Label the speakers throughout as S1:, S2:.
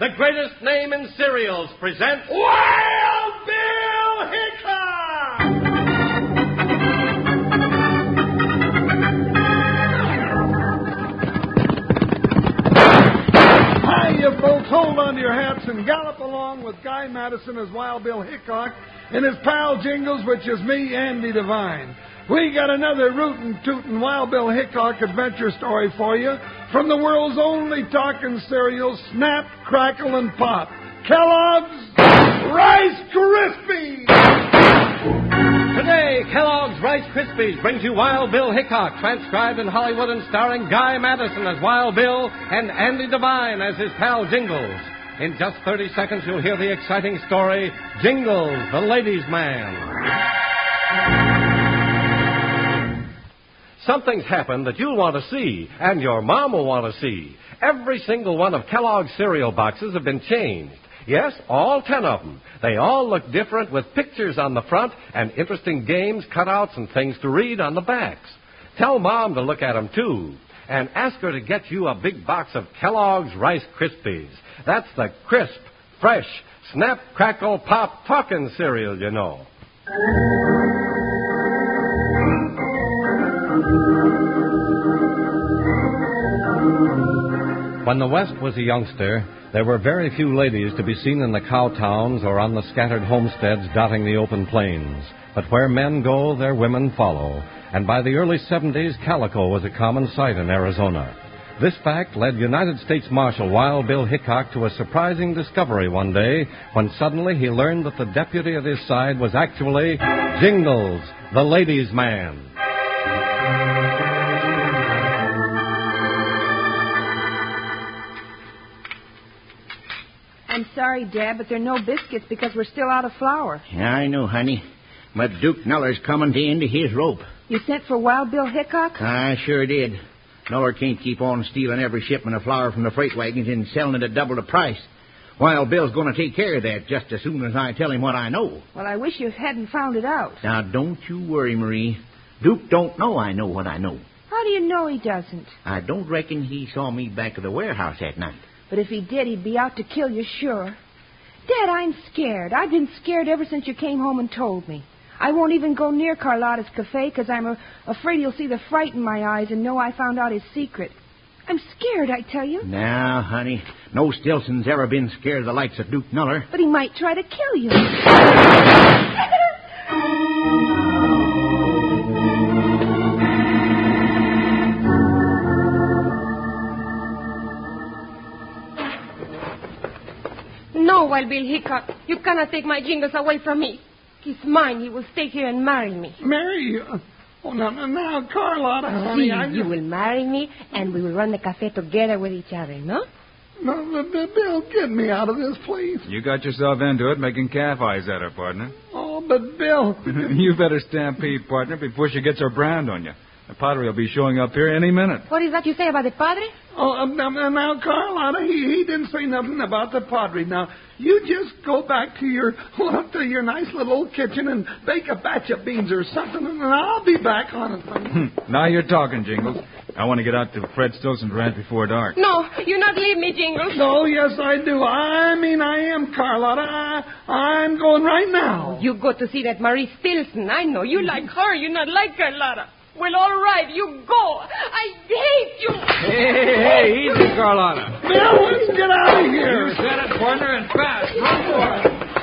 S1: the greatest name in cereals, presents
S2: Wild Bill Hickok!
S3: Hi, you folks, hold on to your hats and gallop along with Guy Madison as Wild Bill Hickok and his pal Jingles, which is me, Andy Devine. We got another rootin' tootin' Wild Bill Hickok adventure story for you from the world's only talking cereal, Snap, Crackle, and Pop. Kellogg's Rice Krispies!
S1: Today, Kellogg's Rice Krispies brings you Wild Bill Hickok, transcribed in Hollywood and starring Guy Madison as Wild Bill and Andy Devine as his pal Jingles. In just 30 seconds, you'll hear the exciting story Jingles, the Ladies' Man. Something's happened that you'll want to see, and your mom will want to see. Every single one of Kellogg's cereal boxes have been changed. Yes, all ten of them. They all look different with pictures on the front and interesting games, cutouts, and things to read on the backs. Tell Mom to look at 'em too. And ask her to get you a big box of Kellogg's Rice Krispies. That's the crisp, fresh, snap, crackle, pop talking cereal, you know. When the West was a youngster, there were very few ladies to be seen in the cow towns or on the scattered homesteads dotting the open plains. But where men go, their women follow. And by the early 70s, calico was a common sight in Arizona. This fact led United States Marshal Wild Bill Hickok to a surprising discovery one day when suddenly he learned that the deputy at his side was actually Jingles, the ladies' man.
S4: I'm sorry, Dad, but there are no biscuits because we're still out of flour.
S5: Yeah, I know, honey. But Duke Kneller's coming to end his rope.
S4: You sent for Wild Bill Hickok?
S5: I sure did. Kneller can't keep on stealing every shipment of flour from the freight wagons and selling it at double the price. Wild Bill's going to take care of that just as soon as I tell him what I know.
S4: Well, I wish you hadn't found it out.
S5: Now, don't you worry, Marie. Duke don't know I know what I know.
S4: How do you know he doesn't?
S5: I don't reckon he saw me back of the warehouse that night.
S4: But if he did, he'd be out to kill you, sure. Dad, I'm scared. I've been scared ever since you came home and told me. I won't even go near Carlotta's cafe because I'm a- afraid he'll see the fright in my eyes and know I found out his secret. I'm scared, I tell you.
S5: Now, honey, no Stilson's ever been scared of the likes of Duke Kneller.
S4: But he might try to kill you.
S6: No, Wild Bill Hickok. You cannot take my jingles away from me. He's mine. He will stay here and marry me.
S3: Mary, you- oh, now, now, now, Carlotta, honey,
S6: See,
S3: Oh, I...
S6: you will marry me, and we will run the cafe together with each other, no?
S3: No, no, no, Bill, get me out of this, please.
S7: You got yourself into it making calf eyes at her, partner.
S3: Oh, but Bill,
S7: you better stampede, partner, before she gets her brand on you. The pottery will be showing up here any minute.
S6: What is that you say about the padre?
S3: Oh, um, now, now, Carlotta, he, he didn't say nothing about the pottery. Now, you just go back to your well, to your nice little old kitchen and bake a batch of beans or something, and I'll be back on it.
S7: Hmm. Now you're talking, Jingles. I want to get out to Fred Stilson's ranch before dark.
S6: No, you not leave me, Jingles.
S3: Oh, yes, I do. I mean, I am, Carlotta. I, I'm going right now.
S6: You go to see that Marie Stilson. I know. You like her. You not like Carlotta. Well, all right. You go. I hate you.
S7: Hey, hey, hey, easy, Carlotta.
S3: Bill, let's get out of here.
S7: said it, partner, and fast.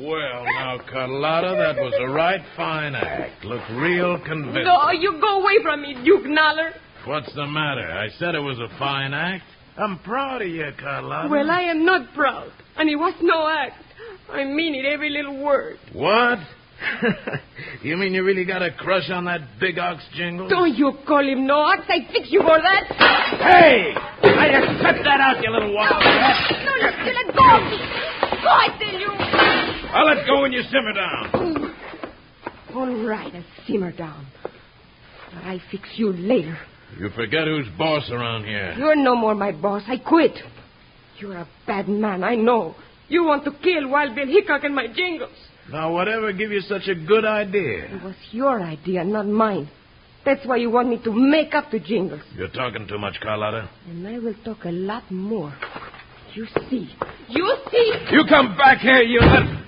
S2: Well, now, Carlotta, that was a right fine act. Looked real convincing.
S6: No, you go away from me, Duke Naller.
S2: What's the matter? I said it was a fine act. I'm proud of you, Carlotta.
S6: Well, I am not proud. And it was no act. I mean it every little word.
S2: What? you mean you really got a crush on that big ox jingle?
S6: Don't Oh, you call him no act. I fix you for that.
S2: Hey! I just cut that out, you little
S6: No,
S2: wild.
S6: no, you still let go of me. Go, I tell you.
S2: I'll let go when you simmer down.
S6: All right, I simmer down. But I fix you later.
S2: You forget who's boss around here.
S6: You're no more my boss. I quit. You're a bad man, I know. You want to kill Wild Bill Hickok and my jingles.
S2: Now, whatever give you such a good idea?
S6: It was your idea, not mine. That's why you want me to make up to Jingles.
S2: You're talking too much, Carlotta.
S6: And I will talk a lot more. You see. You see.
S2: You come back here, you little.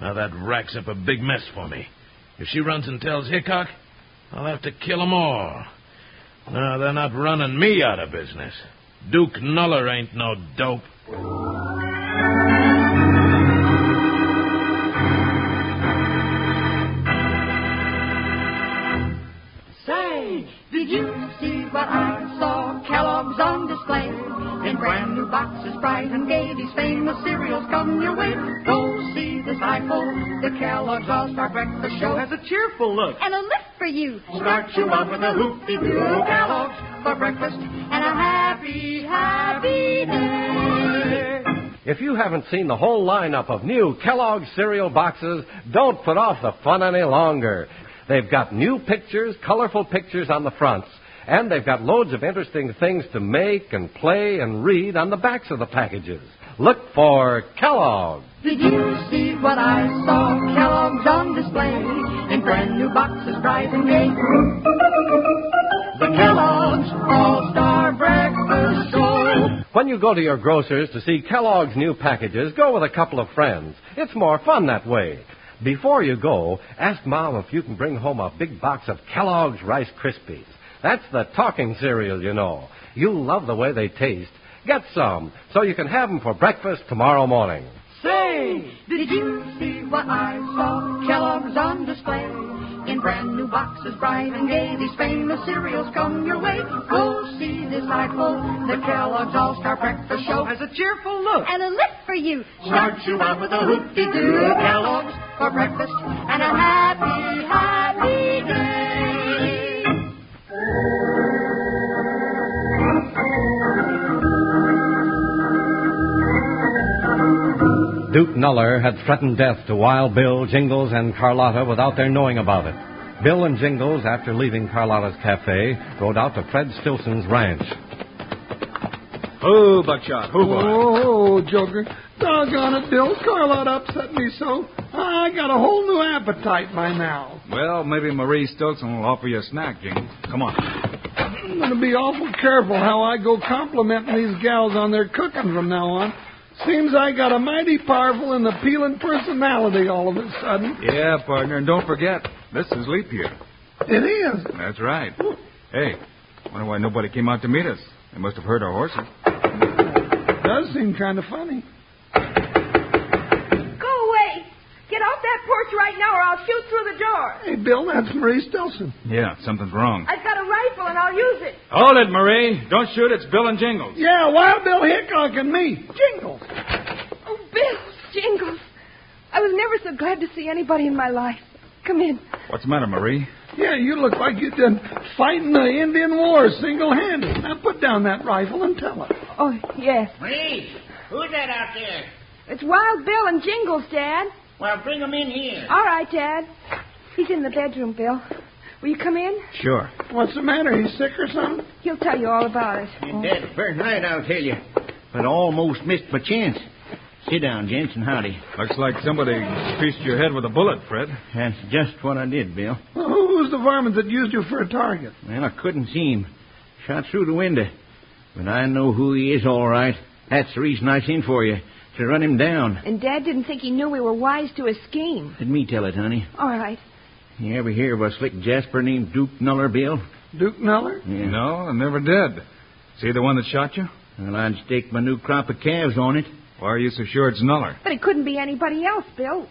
S2: now that racks up a big mess for me. If she runs and tells Hickok, I'll have to kill 'em all. No, they're not running me out of business. Duke Nuller ain't no dope.
S8: Say, did you see what I saw? Kellogg's on display in brand new boxes, bright and gay. These famous cereals come your way. Go see the cycle. The Kellogg's All Star Breakfast Show has a cheerful look
S9: and a lift for you.
S8: start you out with a hoopty doo Kellogg's for breakfast and a happy, happy day.
S1: If you haven't seen the whole lineup of new Kellogg's cereal boxes, don't put off the fun any longer. They've got new pictures, colorful pictures on the fronts, and they've got loads of interesting things to make and play and read on the backs of the packages. Look for Kellogg.
S8: Did you see what I saw? Kellogg's on display in brand new boxes, bright and gay. The Kellogg's All Star Breakfast Show.
S1: When you go to your grocer's to see Kellogg's new packages, go with a couple of friends. It's more fun that way. Before you go, ask Mom if you can bring home a big box of Kellogg's Rice Krispies. That's the talking cereal, you know. You'll love the way they taste. Get some so you can have them for breakfast tomorrow morning.
S8: Say, did you see what I saw? Kellogg's on display in brand new boxes, bright and gay. These famous cereals come your way. Go see this delightful. The Kellogg's All Star Breakfast Show has a cheerful look.
S9: And a lift for you.
S8: Start you out with a hoop-de-doo Kellogg's for breakfast and a happy, happy day.
S1: Duke Nuller had threatened death to Wild Bill, Jingles, and Carlotta without their knowing about it. Bill and Jingles, after leaving Carlotta's cafe, rode out to Fred Stilson's ranch.
S7: Who, Buckshot? Who, boy?
S3: Oh, Joker. Doggone it, Bill. Carlotta upset me so. I got a whole new appetite by now.
S7: Well, maybe Marie Stokesen will offer you a snack, Jingles. Come on.
S3: I'm going to be awful careful how I go complimenting these gals on their cooking from now on. Seems I got a mighty powerful and appealing personality all of a sudden.
S7: Yeah, partner, and don't forget, this is leap year.
S3: It is.
S7: That's right. Hey, wonder why nobody came out to meet us. They must have heard our horses.
S3: It does seem kind of funny.
S6: Go away. Get off that porch right now or I'll shoot through the door.
S3: Hey, Bill, that's Marie Stilson.
S7: Yeah, something's wrong.
S6: I've got a rifle and I'll use it.
S7: Hold it, Marie. Don't shoot. It's Bill and Jingles.
S3: Yeah, Wild Bill Hickok and me. Jingle.
S6: Oh, Bill, Jingles. I was never so glad to see anybody in my life. Come in.
S7: What's the matter, Marie?
S3: Yeah, you look like you've been fighting the Indian War single-handed. Now put down that rifle and tell her.
S4: Oh, yes.
S5: Marie, who's that out there?
S4: It's Wild Bill and Jingles, Dad.
S5: Well, bring him in here.
S4: All right, Dad. He's in the bedroom, Bill. Will you come in?
S7: Sure.
S3: What's the matter? He's sick or something?
S4: He'll tell you all about it.
S5: That's very right, I'll tell you. But I almost missed my chance. Sit down, gents, and howdy.
S7: Looks like somebody pieced your head with a bullet, Fred.
S5: That's just what I did, Bill.
S3: Well, who was the varmint that used you for a target?
S5: Well, I couldn't see him. Shot through the window. But I know who he is all right. That's the reason I sent for you, to run him down.
S4: And Dad didn't think he knew we were wise to his scheme.
S5: Let me tell it, honey.
S4: All right.
S5: You ever hear of a slick jasper named Duke Nuller, Bill?
S3: Duke Nuller?
S5: Yeah.
S7: No, I never did. See the one that shot you?
S5: Well, I'd stake my new crop of calves on it.
S7: Why are you so sure it's Nuller?
S4: But it couldn't be anybody else, Bill.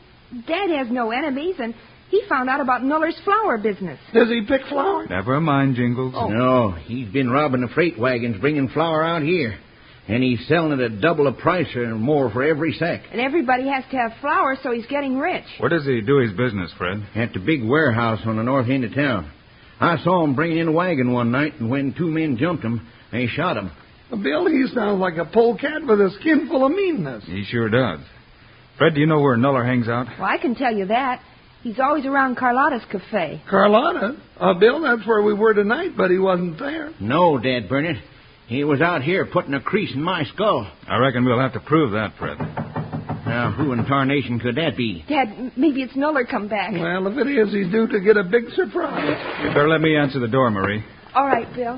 S4: Dad has no enemies, and he found out about Nuller's flower business.
S3: Does he pick flowers?
S7: Never mind, Jingles.
S5: No, he's been robbing the freight wagons, bringing flour out here. And he's selling it at double the price or more for every sack.
S4: And everybody has to have flowers, so he's getting rich.
S7: Where does he do his business, Fred?
S5: At the big warehouse on the north end of town. I saw him bringing in a wagon one night, and when two men jumped him, they shot him.
S3: Bill, he sounds like a polecat with a skin full of meanness.
S7: He sure does. Fred, do you know where Nuller hangs out?
S4: Well, I can tell you that. He's always around Carlotta's cafe.
S3: Carlotta? Uh, Bill, that's where we were tonight, but he wasn't there.
S5: No, Dad Bernard. He was out here putting a crease in my skull.
S7: I reckon we'll have to prove that, Fred.
S5: Now, who in tarnation could that be?
S10: Dad, m- maybe it's Nuller come back.
S3: Well, if it is, he's due to get a big surprise.
S7: You better let me answer the door, Marie.
S10: All right, Bill.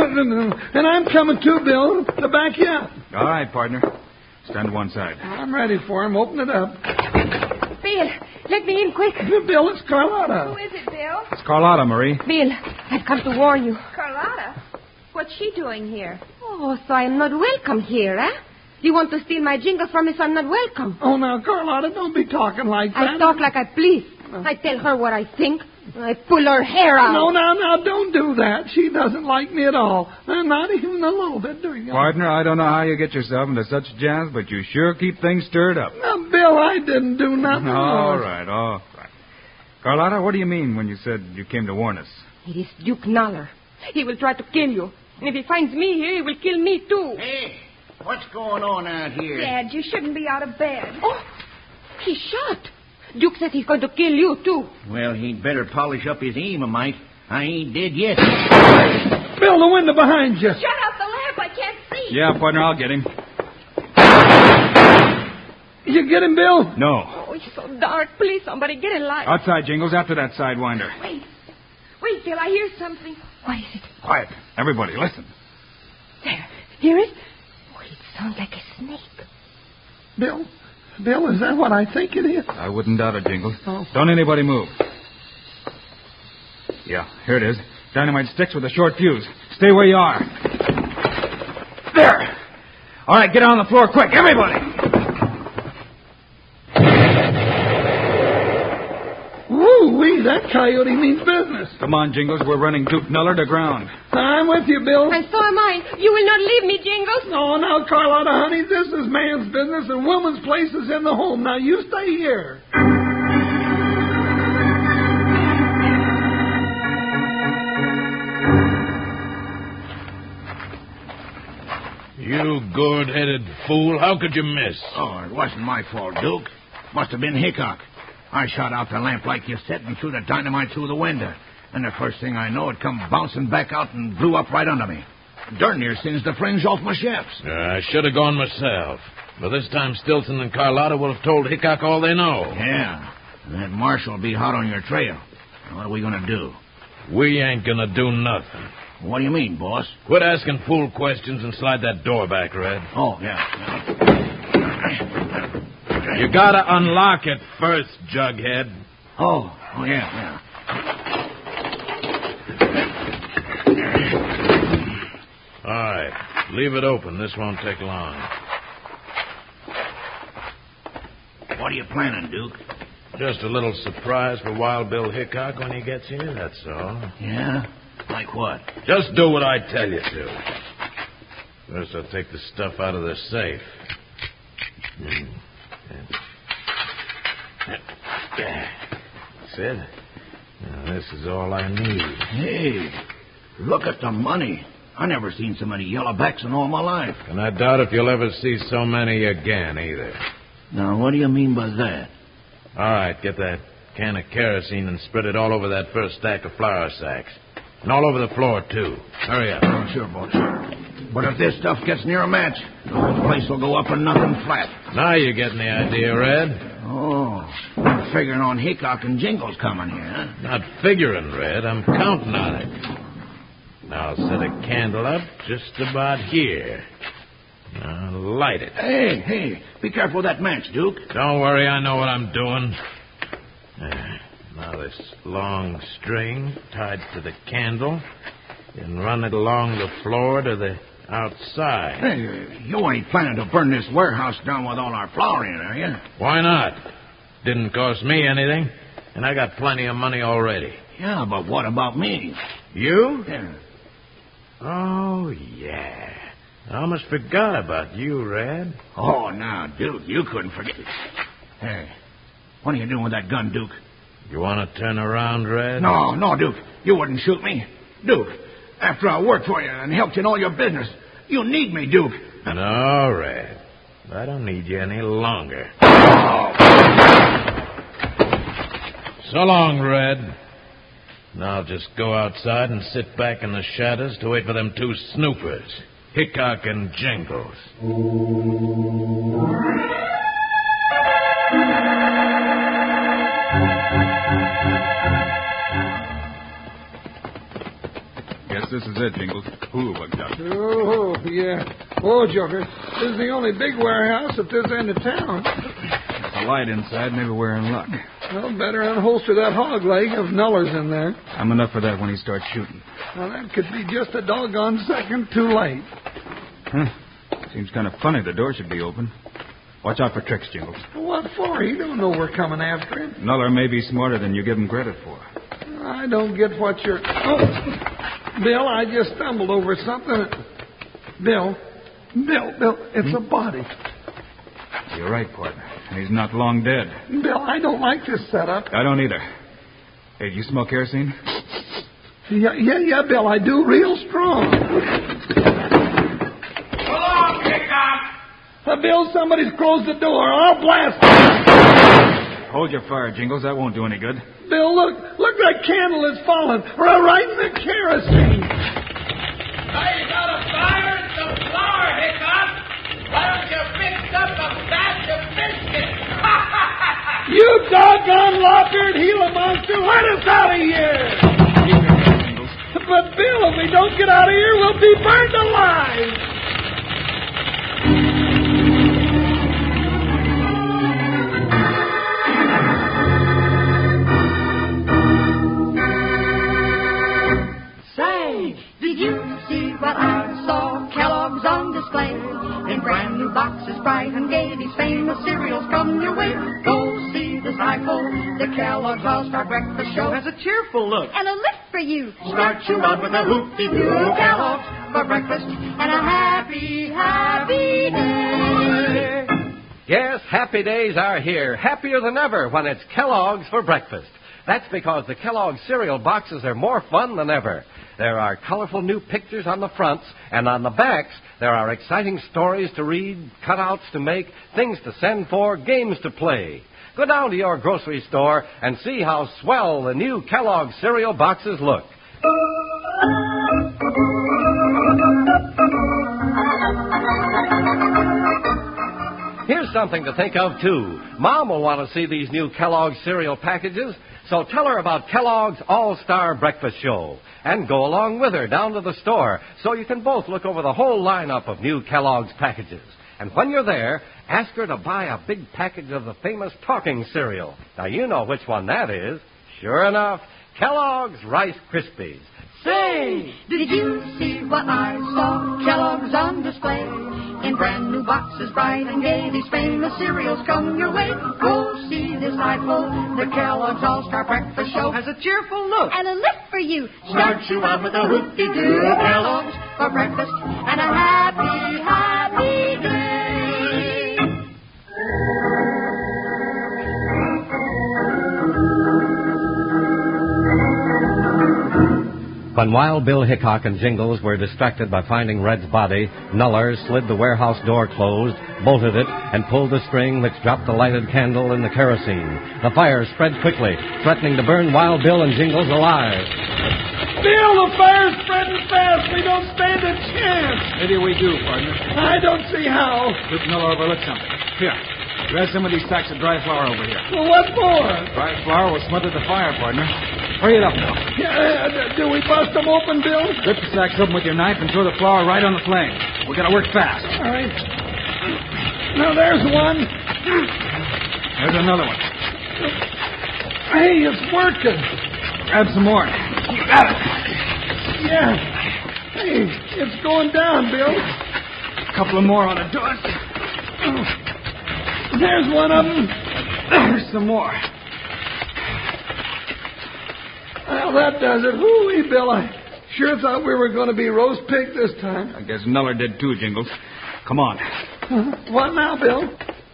S3: and I'm coming too, Bill, to back you up.
S7: All right, partner. Stand to one side.
S3: I'm ready for him. Open it up.
S6: Bill, let me in quick.
S3: Bill, it's Carlotta.
S10: is it, Bill?
S7: It's Carlotta, Marie.
S6: Bill, I've come to warn you.
S10: Carlotta. What's she doing here?
S6: Oh, so I am not welcome here, eh? You want to steal my jingle from me, so I'm not welcome.
S3: Oh, now, Carlotta, don't be talking like that.
S6: I talk like I please. I tell her what I think. I pull her hair out.
S3: No, now, now, don't do that. She doesn't like me at all. Uh, Not even a little bit, do you?
S7: Partner, I don't know how you get yourself into such jams, but you sure keep things stirred up.
S3: Now, Bill, I didn't do nothing.
S7: All right, all right. Carlotta, what do you mean when you said you came to warn us?
S6: It is Duke Noller. He will try to kill you. And if he finds me here, he will kill me, too.
S5: Hey, what's going on out here?
S10: Dad, you shouldn't be out of bed.
S6: Oh, he's shot. Duke says he's going to kill you, too.
S5: Well, he'd better polish up his aim a mite. I ain't dead yet.
S3: Bill, the window behind you.
S6: Shut out the lamp. I can't see.
S7: Yeah, partner, I'll get him.
S3: You get him, Bill?
S7: No.
S6: Oh, it's so dark. Please, somebody get a light.
S7: Outside, Jingles, after that sidewinder.
S6: Wait. Wait, Bill. I hear something. What is it?
S7: Quiet. Everybody, listen.
S6: There. Hear it? Oh, it sounds like a snake.
S3: Bill? Bill, is that what I think it is?
S7: I wouldn't doubt it, Jingles. Don't anybody move. Yeah, here it is. Dynamite sticks with a short fuse. Stay where you are. There. All right, get on the floor quick, everybody.
S3: Woo wee, that coyote means business.
S7: Come on, Jingles. We're running Duke Nuller to ground.
S3: I'm with you, Bill. Oh,
S6: And so am I. You will not leave me, Jingles.
S3: No, now, Carlotta, honey, this is man's business and woman's place is in the home. Now, you stay here.
S1: You gourd-headed fool. How could you miss?
S5: Oh, it wasn't my fault, Duke. Must have been Hickok. I shot out the lamp like you said and threw the dynamite through the window. And the first thing I know, it come bouncing back out and blew up right under me. Darn near singed the fringe off my chaps.
S1: Uh, I should have gone myself. But this time, Stilson and Carlotta will have told Hickok all they know.
S5: Yeah, and that marshal will be hot on your trail. Now, What are we going to do?
S1: We ain't gonna do nothing.
S5: What do you mean, boss?
S1: Quit asking fool questions and slide that door back, Red.
S5: Oh, yeah.
S1: You gotta unlock it first, Jughead.
S5: Oh, oh yeah,
S1: All right. Leave it open. This won't take long.
S5: yeah. What are you planning, Duke?
S1: Just a little surprise for Wild Bill Hickok when he gets here, that's all.
S5: Yeah? Like what?
S1: Just do what I tell you to. First, I'll take the stuff out of the safe. Hmm. That's it. Now, this is all I need.
S5: Hey, look at the money. I never seen so many yellow backs in all my life.
S1: And I doubt if you'll ever see so many again, either.
S5: Now, what do you mean by that?
S1: All right, get that can of kerosene and spread it all over that first stack of flour sacks. And all over the floor, too. Hurry up.
S5: Oh, sure, boss. But if this stuff gets near a match, the whole place will go up in nothing flat.
S1: Now you're getting the idea, Red.
S5: Oh, I'm figuring on Hickok and Jingles coming here, huh?
S1: Not figuring, Red. I'm counting on it. Now set a candle up just about here. Now light it.
S5: Hey, hey, be careful of that match, Duke.
S1: Don't worry, I know what I'm doing. There. Now this long string tied to the candle, and run it along the floor to the outside.
S5: Hey, you ain't planning to burn this warehouse down with all our flour in, it, are you?
S1: Why not? Didn't cost me anything, and I got plenty of money already.
S5: Yeah, but what about me?
S1: You?
S5: Yeah.
S1: Oh, yeah. I almost forgot about you, Red.
S5: Oh, now, Duke, you couldn't forget. Hey, what are you doing with that gun, Duke?
S1: You want to turn around, Red?
S5: No, no, Duke. You wouldn't shoot me. Duke, after I worked for you and helped you in all your business, you need me, Duke.
S1: No, Red. I don't need you any longer. So long, Red. Now just go outside and sit back in the shadows to wait for them two snoopers, Hickok and Jingles.
S7: Yes, this is it, Jingles. Who hooked up?
S3: Oh, yeah. Oh, Joker, this is the only big warehouse at this end of town.
S7: A light inside. Maybe we're in luck.
S3: Well, better unholster that hog leg if Nuller's in there.
S7: I'm enough for that when he starts shooting.
S3: Now, that could be just a doggone second too late.
S7: Huh. Seems kind of funny. The door should be open. Watch out for tricks, Jingles.
S3: What for? He don't know we're coming after him.
S7: Nuller may be smarter than you give him credit for.
S3: I don't get what you're. Oh, Bill, I just stumbled over something. Bill, Bill, Bill, it's a body.
S7: You're right, partner. And he's not long dead.
S3: Bill, I don't like this setup.
S7: I don't either. Hey, do you smell kerosene?
S3: Yeah, yeah, yeah, Bill, I do real strong.
S5: Hello, Hickok!
S3: Uh, Bill, somebody's closed the door. I'll blast.
S7: Hold your fire, Jingles. That won't do any good.
S3: it. Bill, look, look, that candle has fallen. We're right in the
S5: Hey,
S3: kerosene.
S5: you got a fire and some flour, Hickok! Why don't you fix up a batch of biscuits?
S3: You doggone lop-eared Gila monster, let us out of here! But Bill, if we don't get out of here, we'll be burned alive!
S8: Say, did you see what I saw? Kellogg's on display in brand new boxes, bright and gay. These famous cereals come your way. Go see the cycle, the Kellogg's All-Star Breakfast Show.
S11: Has a cheerful look.
S9: And a lift for you.
S8: Start you out with a hoop-de-doo Kellogg's for breakfast and a happy, happy day.
S1: Yes, happy days are here, happier than ever when it's Kellogg's for breakfast. That's because the Kellogg's cereal boxes are more fun than ever. There are colorful new pictures on the fronts, and on the backs, there are exciting stories to read, cutouts to make, things to send for, games to play. Go down to your grocery store and see how swell the new Kellogg's cereal boxes look. Here's something to think of, too. Mom will want to see these new Kellogg's cereal packages, so tell her about Kellogg's All Star Breakfast Show. And go along with her down to the store so you can both look over the whole lineup of new Kellogg's packages. And when you're there, ask her to buy a big package of the famous talking cereal. Now, you know which one that is. Sure enough, Kellogg's Rice Krispies.
S8: Say, did you see what I saw? Kellogg's on display in brand new boxes, bright and gay. These famous cereals come your way. Go see this delightful, the Kellogg's All-Star Breakfast Show.
S11: Has a cheerful
S6: Oh.
S11: look.
S9: And a lift for you.
S8: Start you out with a hoop-de-doo Kellogg's for breakfast and a happy, happy day.
S1: When Wild Bill Hickok and Jingles were distracted by finding Red's body, Nuller slid the warehouse door closed, bolted it, and pulled the string which dropped the lighted candle in the kerosene. The fire spread quickly, threatening to burn Wild Bill and Jingles alive.
S3: Bill, the fire's spreading fast. We don't stand a chance.
S7: Maybe we do, partner.
S3: I don't see how.
S7: Duke Miller overlooked something. Here, grab some of these sacks of dry flour over here.
S3: Well, what for?
S7: Dry flour will smother the fire, partner. Hurry it up now.
S3: Yeah, uh, do we bust them open, Bill?
S7: Rip the sacks open with your knife and throw the flour right on the flame. We gotta work fast.
S3: All right. Now, there's one.
S7: There's another one.
S3: Hey, it's working.
S7: Grab some more. You got it.
S3: Yeah. Hey, it's going down, Bill.
S7: A couple of more on it.
S3: There's one of them.
S7: There's some more.
S3: Well, that does it. Hooey, Bill. I sure thought we were going to be roast pig this time.
S7: I guess Nuller did too, Jingles. Come on.
S3: What now, Bill?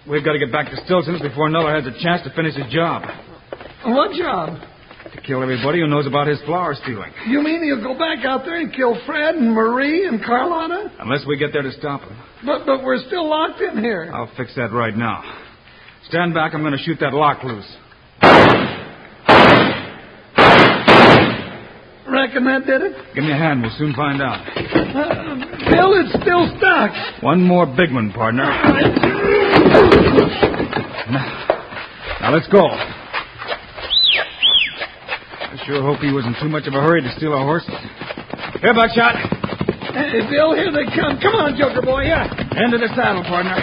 S7: We've got to get back to Stilson's before Nuller has a chance to finish his job.
S3: What job?
S7: To kill everybody who knows about his flour stealing.
S3: You mean he'll go back out there and kill Fred and Marie and Carlotta?
S7: Unless we get there to stop him.
S3: But but we're still locked in here.
S7: I'll fix that right now. Stand back. I'm going to shoot that lock loose.
S3: Reckon that did it?
S7: Give me a hand. We'll soon find out.
S3: Uh, Bill, it's still stuck.
S7: One more big one, partner. Now, now let's go. I sure hope he was in too much of a hurry to steal our horses.
S12: Here, Buckshot.
S3: Hey, Bill, here they come. Come on, Joker boy, yeah. Into the saddle, partner.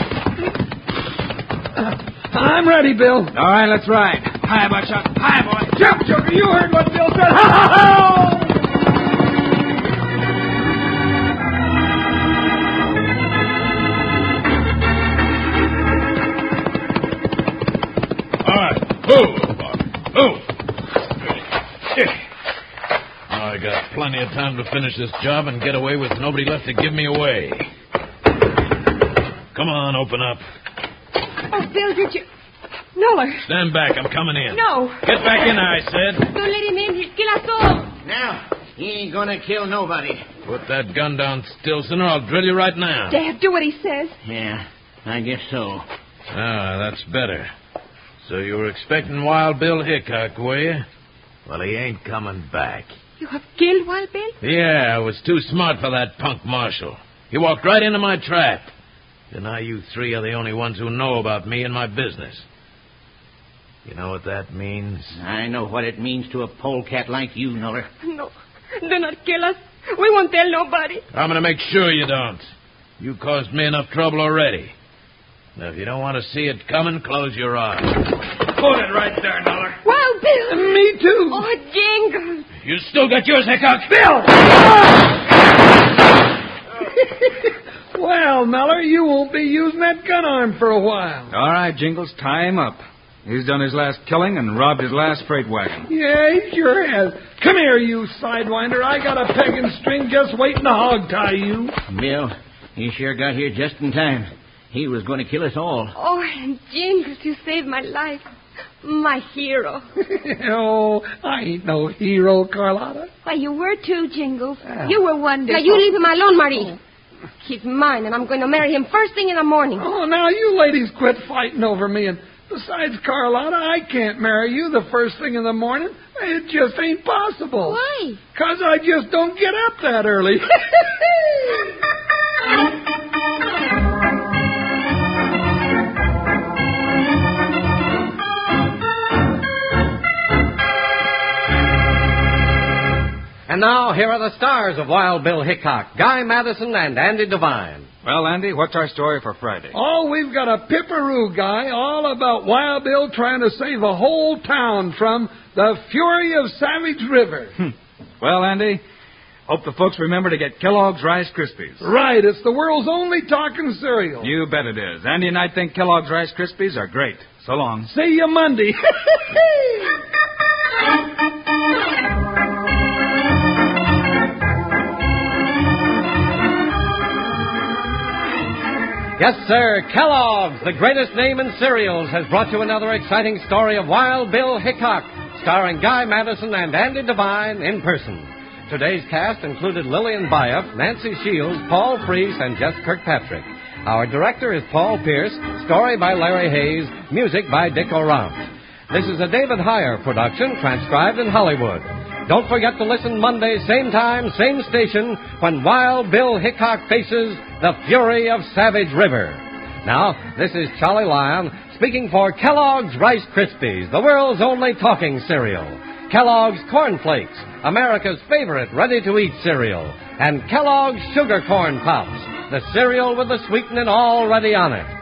S3: I'm ready, Bill.
S12: All right, let's ride. Hi, Buckshot. Hi, boy.
S3: Jump, Joker. You heard what Bill said. Ha ha ha!
S2: All right. Move, Bobby. Move. I got plenty of time to finish this job and get away with nobody left to give me away. Come on, open up.
S6: Oh, Bill, did you. Noller.
S2: Stand back. I'm coming in.
S6: No.
S2: Get back in, I said.
S6: Don't let him in. He'll kill us all.
S5: Now, he ain't gonna kill nobody.
S2: Put that gun down, Stilson, or I'll drill you right now.
S6: Dad, do what he says.
S5: Yeah, I guess so.
S2: Ah, that's better. So you were expecting Wild Bill Hickok, were you? Well, he ain't coming back.
S6: You have killed Wild Bill?
S2: Yeah, I was too smart for that punk marshal. He walked right into my trap. And now you three are the only ones who know about me and my business. You know what that means?
S5: I know what it means to a polecat like you, Noller.
S6: No. Do not kill us. We won't tell nobody.
S2: I'm going to make sure you don't. You caused me enough trouble already. Now, if you don't want to see it coming, close your eyes. Put it right there, Dollar.
S6: Wild Bill!
S3: Me too.
S6: Oh, Jingles.
S2: You still got yours, Hickok.
S3: Bill! well, Meller, you won't be using that gun arm for a while.
S7: All right, Jingles, tie him up. He's done his last killing and robbed his last freight wagon.
S3: Yeah, he sure has. Come here, you sidewinder. I got a peg and string just waiting to hog tie you.
S5: Bill, you sure got here just in time. He was going to kill us all.
S6: Oh, and Jingles, you saved my life. My hero.
S3: oh, I ain't no hero, Carlotta.
S4: Why, you were too, Jingles. You were wonderful.
S6: Oh. Now, you leave him alone, Marie. He's mine, and I'm going to marry him first thing in the morning.
S3: Oh, now you ladies quit fighting over me. And besides, Carlotta, I can't marry you the first thing in the morning. It just ain't possible.
S6: Why?
S3: Because I just don't get up that early.
S1: And now, here are the stars of Wild Bill Hickok, Guy Madison, and Andy Devine.
S7: Well, Andy, what's our story for Friday?
S3: Oh, we've got a pipperoo guy all about Wild Bill trying to save a whole town from the fury of Savage River.
S7: Well, Andy, hope the folks remember to get Kellogg's Rice Krispies.
S3: right, it's the world's only talking cereal.
S7: You bet it is. Andy and I think Kellogg's Rice Krispies are great. So long.
S3: See you Monday.
S1: Yes, sir, Kellogg's, the greatest name in cereals, has brought you another exciting story of Wild Bill Hickok, starring Guy Madison and Andy Devine in person. Today's cast included Lillian Bayef, Nancy Shields, Paul Frees, and Jess Kirkpatrick. Our director is Paul Pierce, story by Larry Hayes, music by Dick O'Round. This is a David Heyer production, transcribed in Hollywood. Don't forget to listen Monday, same time, same station, when Wild Bill Hickok faces the fury of Savage River. Now, this is Charlie Lyon speaking for Kellogg's Rice Krispies, the world's only talking cereal, Kellogg's Corn Flakes, America's favorite ready to eat cereal, and Kellogg's Sugar Corn Pops, the cereal with the sweetening already on it.